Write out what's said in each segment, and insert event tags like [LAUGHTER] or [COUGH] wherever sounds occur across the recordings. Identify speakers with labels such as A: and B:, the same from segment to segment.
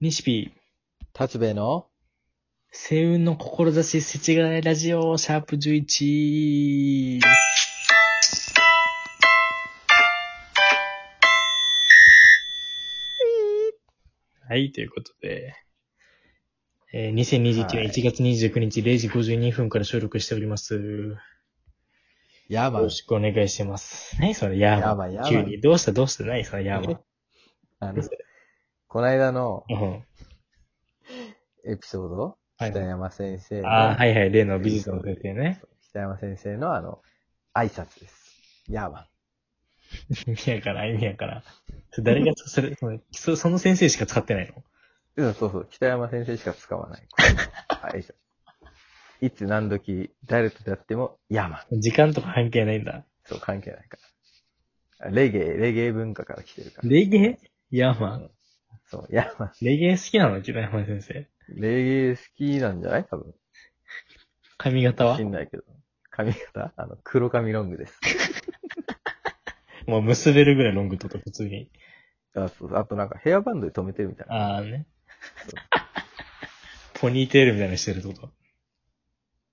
A: 西ピー、
B: 達兵衛の
A: 星雲の志せちがらいラジオ、シャープ11。はい、ということで、えー、2021
B: はい
A: 年1月29日0時52分から収録しております。
B: ヤーマ
A: よ
B: ン
A: ろ。しくお願いします。何それ、ヤーマン。
B: ヤーマンヤー
A: 急
B: マン
A: に。どうしたどうした何それ、ヤーマン。
B: あの、こないだの
A: うん。
B: エピソード、
A: はい
B: 北山先生の、
A: ああ、はいはい、例の美術の先生ね。
B: 北山先生のあの、挨拶です。ヤーマン。
A: 意味やから、意味やから。それ誰が、それ、そのそその先生しか使ってないの
B: うん、そうそう、北山先生しか使わ
A: [LAUGHS]
B: ない。はい、いつ何時、誰とやっても、ヤーマン。
A: 時間とか関係ないんだ。
B: そう、関係ないから。レゲエ、レゲエ文化から来てるから。
A: レゲエヤーマン。
B: そう、ヤーマン。
A: レゲエ好きなの北山先生。
B: レゲエ好きなんじゃない多分。
A: 髪型は
B: 知んないけど。髪型あの、黒髪ロングです。
A: もう結べるぐらいロングとか普通に。
B: あ、そうそう。あとなんかヘアバンドで止めてるみたいな。
A: ああね。 [LAUGHS] ポニーテールみたいなのしてるってこと。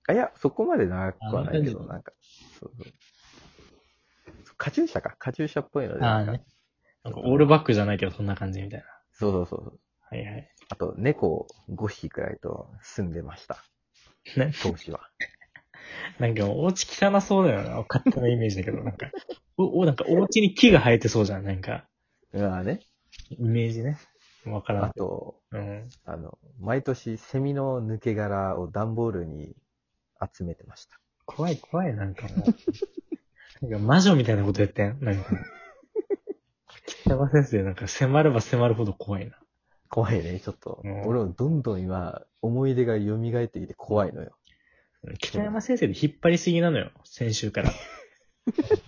B: あ、いや、そこまで長くはないけど、
A: あ
B: なんか、そうそう。カチューシャか。カチューシャっぽいので。
A: ああ
B: なん
A: ね
B: か。
A: なんかオールバックじゃないけどそんな感じみたいな。
B: そうそうそう。
A: はいはい。
B: あと、猫5匹くらいと住んでました。
A: な
B: 当時は。
A: なんかお家汚そうだよな。勝手なイメージだけど、なんか。お、お、なんかお家に木が生えてそうじゃん。なんか、
B: うわね。
A: イメージね。わからん
B: あ。と、
A: うん。
B: あの、毎年セミの抜け殻を段ボールに集めてました。
A: 怖い怖い、なんかもう。 [LAUGHS] なんか魔女みたいなことやってんなんか。北山先生、なんか迫れば迫るほど怖いな。
B: 怖いね、ちょっと。
A: うん
B: 俺もどんどん今、思い出が蘇ってきて怖いのよ。
A: 北山先生で引っ張りすぎなのよ、先週から。
B: い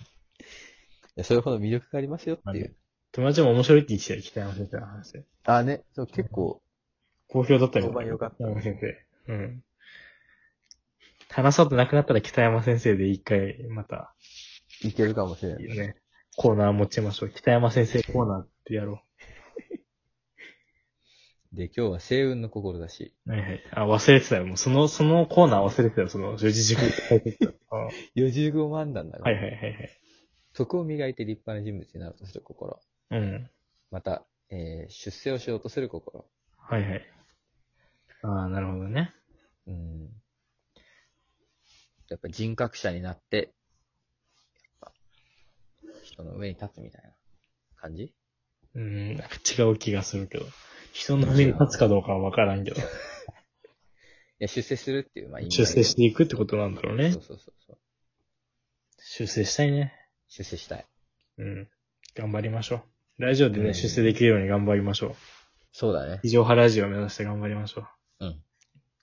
B: やそれほど魅力がありますよっていう。
A: 友達も面白いって言ってたよ、北山先生の話。
B: あ、ね。そう結構、
A: 好評だったよ。
B: 評判良かった
A: 北山先生。うん。話そうとなくなったら北山先生で一回、また、
B: いけるかもしれない。
A: ね、コーナー持ちましょう。北山先生コーナーってやろ
B: で、今日は星雲の心だし。
A: う。はいはい。あ、忘れてたよ。もうその、そのコーナー忘れてたよ。その、十字 [LAUGHS] 軸。うん
B: 45万なんだね。
A: はいはいはいはい。
B: そこを磨いて立派な人物になろうとする心。
A: うん。
B: また、えー出世をしようとする心。
A: はいはい。ああ、なるほどね。
B: うん。やっぱ人格者になって、やっぱ、人の上に立つみたいな感じ
A: うん、なんか違う気がするけど。人の目に立つかどうかはわからんけど。
B: いや、出世するっていう、まあ、意味合
A: 出
B: い
A: 世していくってことなんだろうね
B: そう。そうそうそう。
A: 出世したいね。
B: 出世したい。
A: うん。頑張りましょう。ラジオで
B: う
A: ね、
B: ん
A: 出世できるように頑張りましょう。
B: そうだね。
A: 地上波ラジオを目指して頑張りましょ
B: うん。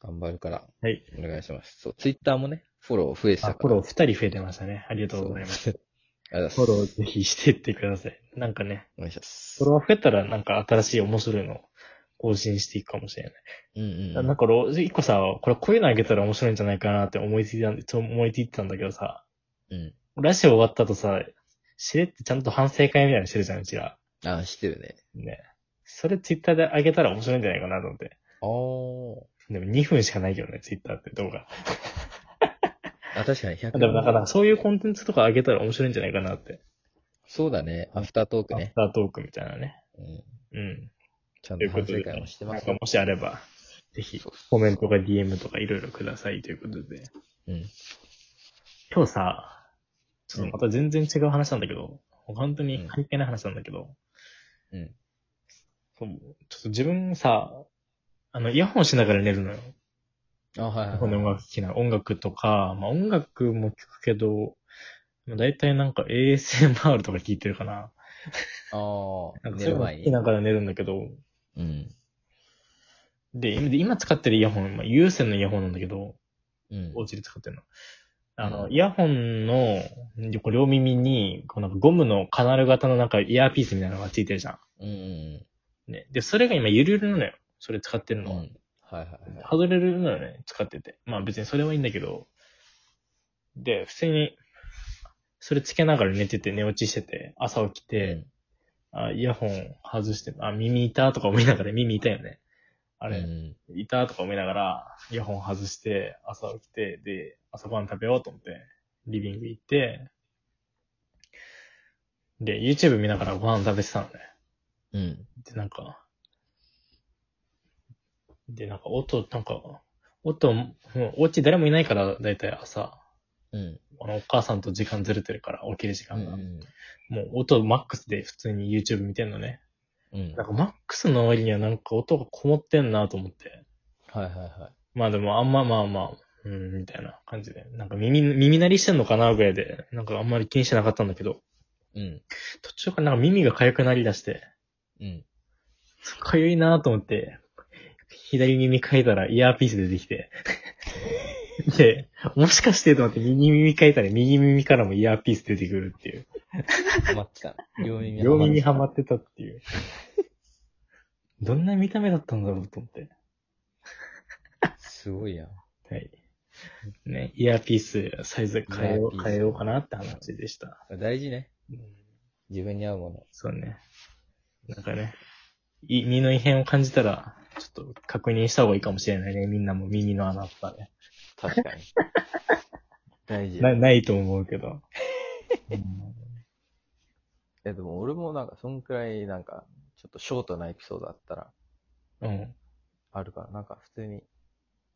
B: 頑張るから、
A: う。はい。
B: お願いします。そう、ツイッターもね、フォロー増えて
A: あ、
B: た
A: フ
B: か
A: ォ
B: ら。
A: ロー2人増えてましたね。ありがとうございます。
B: そう。ありがと
A: フ
B: う
A: ォ
B: ござい
A: ロ
B: ます。
A: ーぜひしていってください。なんかね、
B: お願いします
A: フォ。ロワー増えたらなんか新しい面白いのを更新していくかもしれない。
B: うんうん
A: な
B: うんん。
A: か俺、一個さ、これこういうのあげたら面白いんじゃないかなって思いついたんで、そう思いついてたんだけどさ、
B: うん。
A: ラジオ終わった後さ、しれってちゃんと反省会みたいなのしてるじゃん、うちら。
B: あ、知ってるね。
A: ね。それツイッターであげたら面白いんじゃないかなと思って。
B: あー。
A: でも2分しかないけどね、ツイッターって動画。
B: あ、確かに100
A: でもだから、そういうコンテンツとかあげたら面白いんじゃないかなって。
B: そうだね。アフタートーク
A: アフ
B: ね。
A: タートークみたいなね。
B: うん。
A: うん。
B: ちゃん
A: という
B: と
A: こ
B: 反
A: と
B: 省
A: で、
B: 会もして
A: な
B: ま
A: ん
B: す
A: か
B: よ。
A: もしあれば、ぜひ
B: そうそ
A: コ
B: う
A: メントか DM とかいろいろくださいということで。
B: うん。
A: 今日さ、ちょっとまた全然違う話なんだけど、本当に関係ない話なんだけど、
B: うん。
A: そうちょっと自分さ、あの、イヤホンしながら寝るのよ。
B: あ、はいはい
A: この音楽聴きながら音楽とか、まあ音楽も聴くけど、まあ大体なんか ASMR とか聴いてるかな。
B: はい。
A: な
B: ああ、
A: んか
B: 寝
A: そういう
B: る
A: の
B: 前
A: 聴き
B: に
A: な。がら寝るんだけど、
B: うん。
A: で、今で今使ってるイヤホン、まあ有線のイヤホンなんだけど、
B: うん。
A: お家で使ってるの。あの、
B: うん
A: イヤホンのこう両耳に、こうなんかゴムのカナル型のなんかイヤーピースみたいなのがついてるじゃん。
B: うんうん
A: ね。で、それが今ゆるゆるなのよ。それ使ってる
B: うん。う
A: の。
B: ん。はいはいはい。
A: 外れるのよね、使ってて。まあ別にそれはいいんだけど。で、普通に、それつけながら寝てて、寝落ちしてて、朝起きて、あイヤホン外して、あ、耳痛とか思いながら耳痛いよね。あ
C: う
A: れ、
C: ん。
A: いたとか思いながら、イヤホン外して、朝起きて、で、朝ごはん食べようと思って、リビング行って、で、YouTube 見ながらご飯食べてたのね。
C: うん。
A: で、なんか、で、なんか音、なんか、音、もうお家誰もいないから、だいたい朝、
C: うん。
A: あの、お母さんと時間ずれてるから、起きる時
C: うん
A: 間が。もう音マックスで普通に YouTube 見てんのね。
C: うん。
A: なんかマックスの割にはなんか音がこもってんなと思って。
C: はいはいは
A: まあでもあんままあまあ、うん、みたいな感じで。なんか耳、耳鳴りしてんのかなぐらいで、なんかあんまり気にしてなかったんだけど、
C: い。うん。
A: 途中からなんか耳が痒くなりだして、
C: うん。
A: 痒いなと思って、左耳嗅いだらイヤーピース出てきて。 [LAUGHS] で、もしかしてと思って右耳嗅いだら右耳からもイヤーピース出てくるっていう。
C: ハマってた。両耳
A: 両耳
C: ハ
A: ハ
C: マ
A: マ
C: って
A: ってたっていう。どんな見た目だったんだろうと思って。
C: た。すごいやん。
A: はい。ね、イヤーピース、サイズ変
C: イ
A: えよ
C: ヤーピー
A: う、
C: ス
A: 変えようかなって話でした。
C: 大事ね。
A: うん
C: 自分に合うも
A: そうね。なんかね、い耳の異変を感じたら、ちょっと確認した方がいいかもしれないね。みんなも耳の穴とかね。
C: の。確かに。
A: [LAUGHS]
B: 大事。
A: なないと思うけど。
B: いや、でも俺もなんか、そんくらいなんか、ちょっとショートなエピソードあったら、
A: うん。
B: あるから、なんか普通に、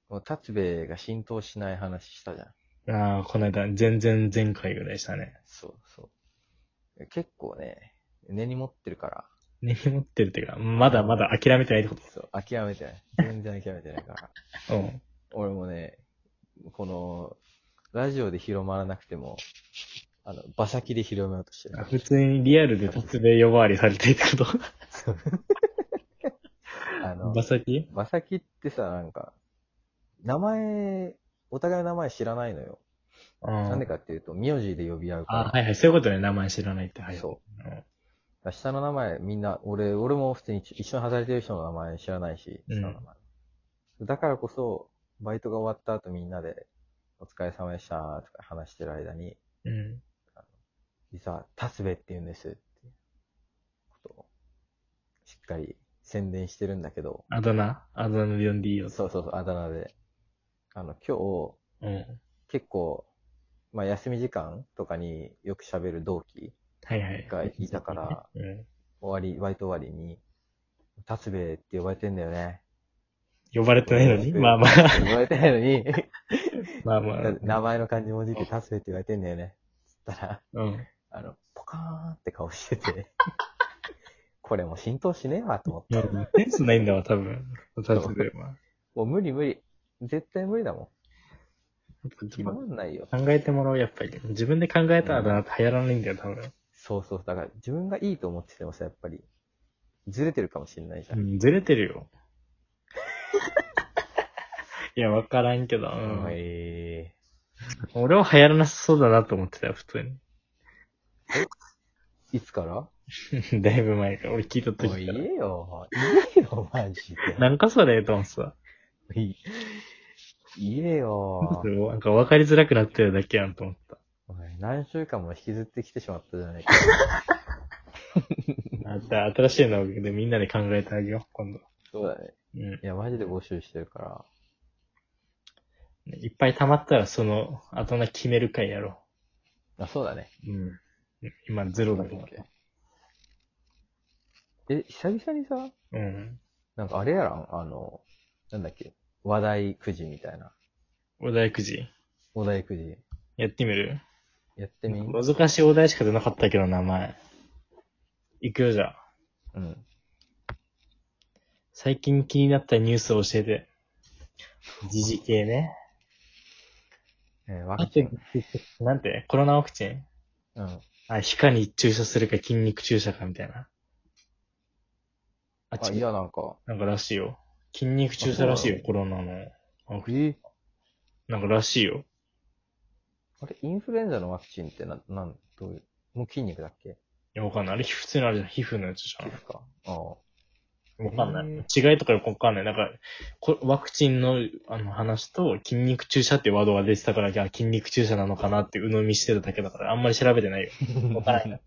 B: もう、立兵衛が浸透しない話したじゃん。
A: ああ、この間、全然前回ぐらいでしたね。
B: そうそう。結構ね、根に持ってるから、
A: 根に持ってるっていうか、まだまだ諦めてないってこ
B: そう、諦めてない。全然諦めてない [LAUGHS] から。
A: と。うん。
B: 俺もね、この、ラジオで広まらなくても、あの、馬先で広めようとしてる。
A: 普通にリアルで突然呼ばわりされてるってこ
B: あ
A: と
B: の
A: 馬、先
B: 馬先ってさ、なんか、名前、お互いの名前知らないのよ。
A: な
B: なんでかっていうと、名字で呼び合うから。
A: あ、はいはい。そういうことね。名前知らないって。はい。
B: そうう。下の名前、みんな、俺、俺も普通に一緒に働いてる人の名前知らないし、
A: うん
B: 下の名前。だからこそ、バイトが終わった後みんなで、お疲れ様でしたーとか話してる間に、
A: ん。うん。
B: 実は、タスベって言うんですっていうことを、しっかり宣伝してるんだけど、
A: あだ名あだ名で呼んでいいよ。
B: そうそうそう、あだ名で。あの、今日、
A: うん。
B: 結構、まあ、休み時間とかによく喋る同期
A: はいはい。
B: がいたから、
A: うん。
B: 終わり、バイト終わりに、タスベって呼ばれてんだよね。
A: 呼ばれてないのに
B: うん
A: まあまあ。
B: 言われてないのに、
A: まあまあ。
B: [LAUGHS] 名前の漢字文字ってタスベって言われてんだよね。つったら、
A: うん。
B: あの、ポカーンって顔してて、 [LAUGHS] これもう浸透しねえわと思って。
A: まあセンスないんだわ、多分。多分では。
B: もう無理無理。絶対無理だもん。決ま
A: 考
B: んないよ。
A: えてもらおう、やっぱり。自分で考えたらだなって流行らないんだよ、多分。
B: そうそう。だから自分がいいと思っててもさ、やっぱり、ずれてるかもしれないじゃ。
A: うんん、ずれてるよ。 [LAUGHS] いや、わからんけど。うん
B: うんえ
A: 俺は流行らなさそうだなと思ってたよ、普通
B: ーいつから
A: に。 [LAUGHS] だいぶ前から。俺聞いた
B: おい
A: 時から。
B: 言えよ。言えよ、マジで。
A: なんかそれ、と思ってた。
B: い言え [LAUGHS] よ。
A: なんか分かりづらくなってるだけやんと思った。
B: おい何週間も引きずってきてしまったじゃないか。
A: また新しいのでみんなで考えてあげよう、今度。
B: そうだね。
A: うん。
B: いや、マジで募集してるから。
A: いっぱい溜まったらその、あとな決める回やろ
B: あ、そうだね。
A: う。うん。今ゼロだけど。
B: え、久々にさ、
A: うん。
B: なんかあれやらんあの、なんだっけ、話題くじみたいな。
A: お題くじ。
B: お題くじ。
A: やってみる
B: やってみ
A: 難しいお題しか出なかったけど、名前。いくよ、じゃあ。
B: うん。
A: 最近気になったニュースを教えて。時事系ね。
B: えー、ワクチン。
A: なんてコロナワクチン
B: うん。
A: あ、皮下に注射するか筋肉注射かみたいな。あ、
B: あ、
A: 違。
B: いうや、なんか。
A: なんからしいよ。筋肉注射らしいよ、コロナの。あ
B: え
A: なんからしいよ。
B: あれ、インフルエンザのワクチンってな、なん、どういう、もう筋肉だっけ
A: いや、わかんない。あれ、普通のあれじゃん。皮膚のやつじ
B: 皮膚か。あ
A: ゃ
B: あ。
A: ん。わかんな
B: へ
A: い。違いとかよくわかんない。なんか、こワクチンのあの話と筋肉注射ってワードが出てたから、じゃあ筋肉注射なのかなって鵜呑みしてるだけだから、あんまり調べてないよ。わからんよ。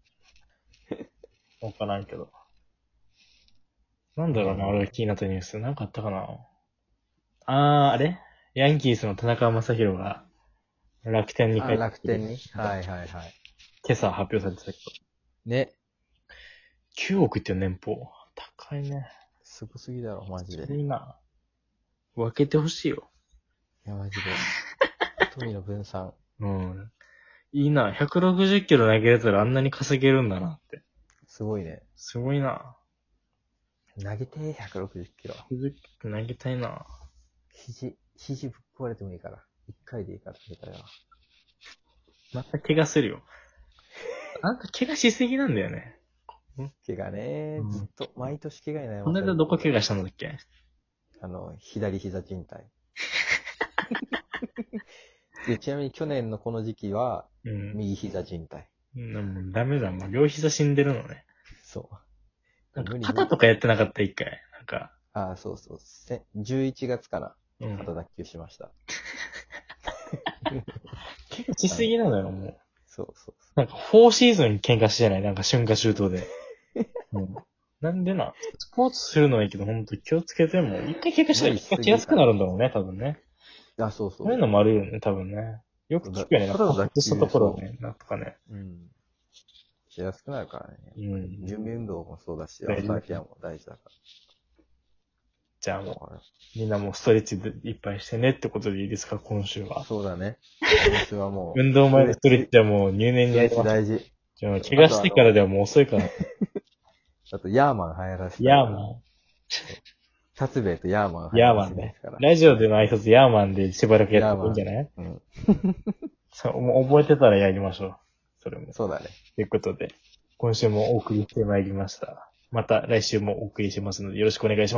A: わからんけど。なんだろうな、俺が気になったニュース。なんかあったかなあー、あれヤンキースの田中将大が楽天に帰っ
B: あ
A: て
B: 楽天に
A: 今
B: [LAUGHS] はいはいはい。
A: 朝発表されてたけ
B: ね。
A: ど。9億っていう年俸。高いね。
B: すごすぎだろ、マジ
A: そ
B: で。
A: れ
B: い
A: 今、分けてほしいよ。
B: や、マジで。
A: [LAUGHS]
B: 富の分散。
A: うん。いいな。160キロ投げれたらあんなに稼げるんだなって。
B: すごいね。
A: すごいな。
B: 投げて、160キロ。
A: 160キロ投げたいな。
B: 肘、肘ぶっ壊れてもいいから。一回でいいから、みたいな。
A: また怪我するよ。なんか怪我しすぎなんだよね。
B: 怪我ね
A: うん
B: ずっと、毎年怪我になり
A: この間どこ怪我したんだっけ
B: あの、左膝靭帯。 [LAUGHS] でちなみに去年のこの時期は、
A: うん。
B: 右膝靭帯。
A: なもうダメだ、もう両膝死んでるのね。
B: そう。
A: なんか
B: 無理無理
A: 肩とかやってなかった、一回。なんか、
B: ああ、そうそう。せ11月から
A: うん。
B: 肩脱臼しました。
A: 結構しすぎなのよ、もう。
B: そうそうそ
A: なんか、4シーズン喧嘩してないなんか、瞬間周到で。うん。なんでな、スポーツするのはいいけど、ほんと気をつけても、一回喧嘩したら喧嘩しやすくなるんだろうね、多分ね。
B: う。あ、そうそ
A: そういうのもあるよね、多分ね。よく聞くよね、なん
B: そう
A: か、
B: だ
A: パッとしたところをね、なんとかね。
B: うん。しやすくなるからね。
A: うん。
B: 準備運動もそうだし、ア
A: 大
B: ウ
A: 事
B: トケアも大事だか
A: じゃあ
B: ら。
A: もう、みんなもうストレッチでいっぱいしてねってことでいいですか、今週は。
B: そう
A: [LAUGHS]
B: だね。私はもう、
A: 運動前のストレッチはもう入念に
B: スト
A: や
B: レッ
A: り
B: チ
A: ます。
B: 大事。
A: じゃあ怪我してからではもう遅いから。
B: あと、ヤーマン流行らせて。
A: ヤーマン。
B: 達兵衛とヤーマン
A: ヤーマンね
B: ですから。
A: ラジオでの挨拶ヤーマンでしばらくやってもいいんじゃない
B: うん。
A: そう、もう覚えてたらやりましょう。それも。
B: そうだね。
A: ということで、今週もお送りしてまいりました。また来週もお送りしますのでよろしくお願いします。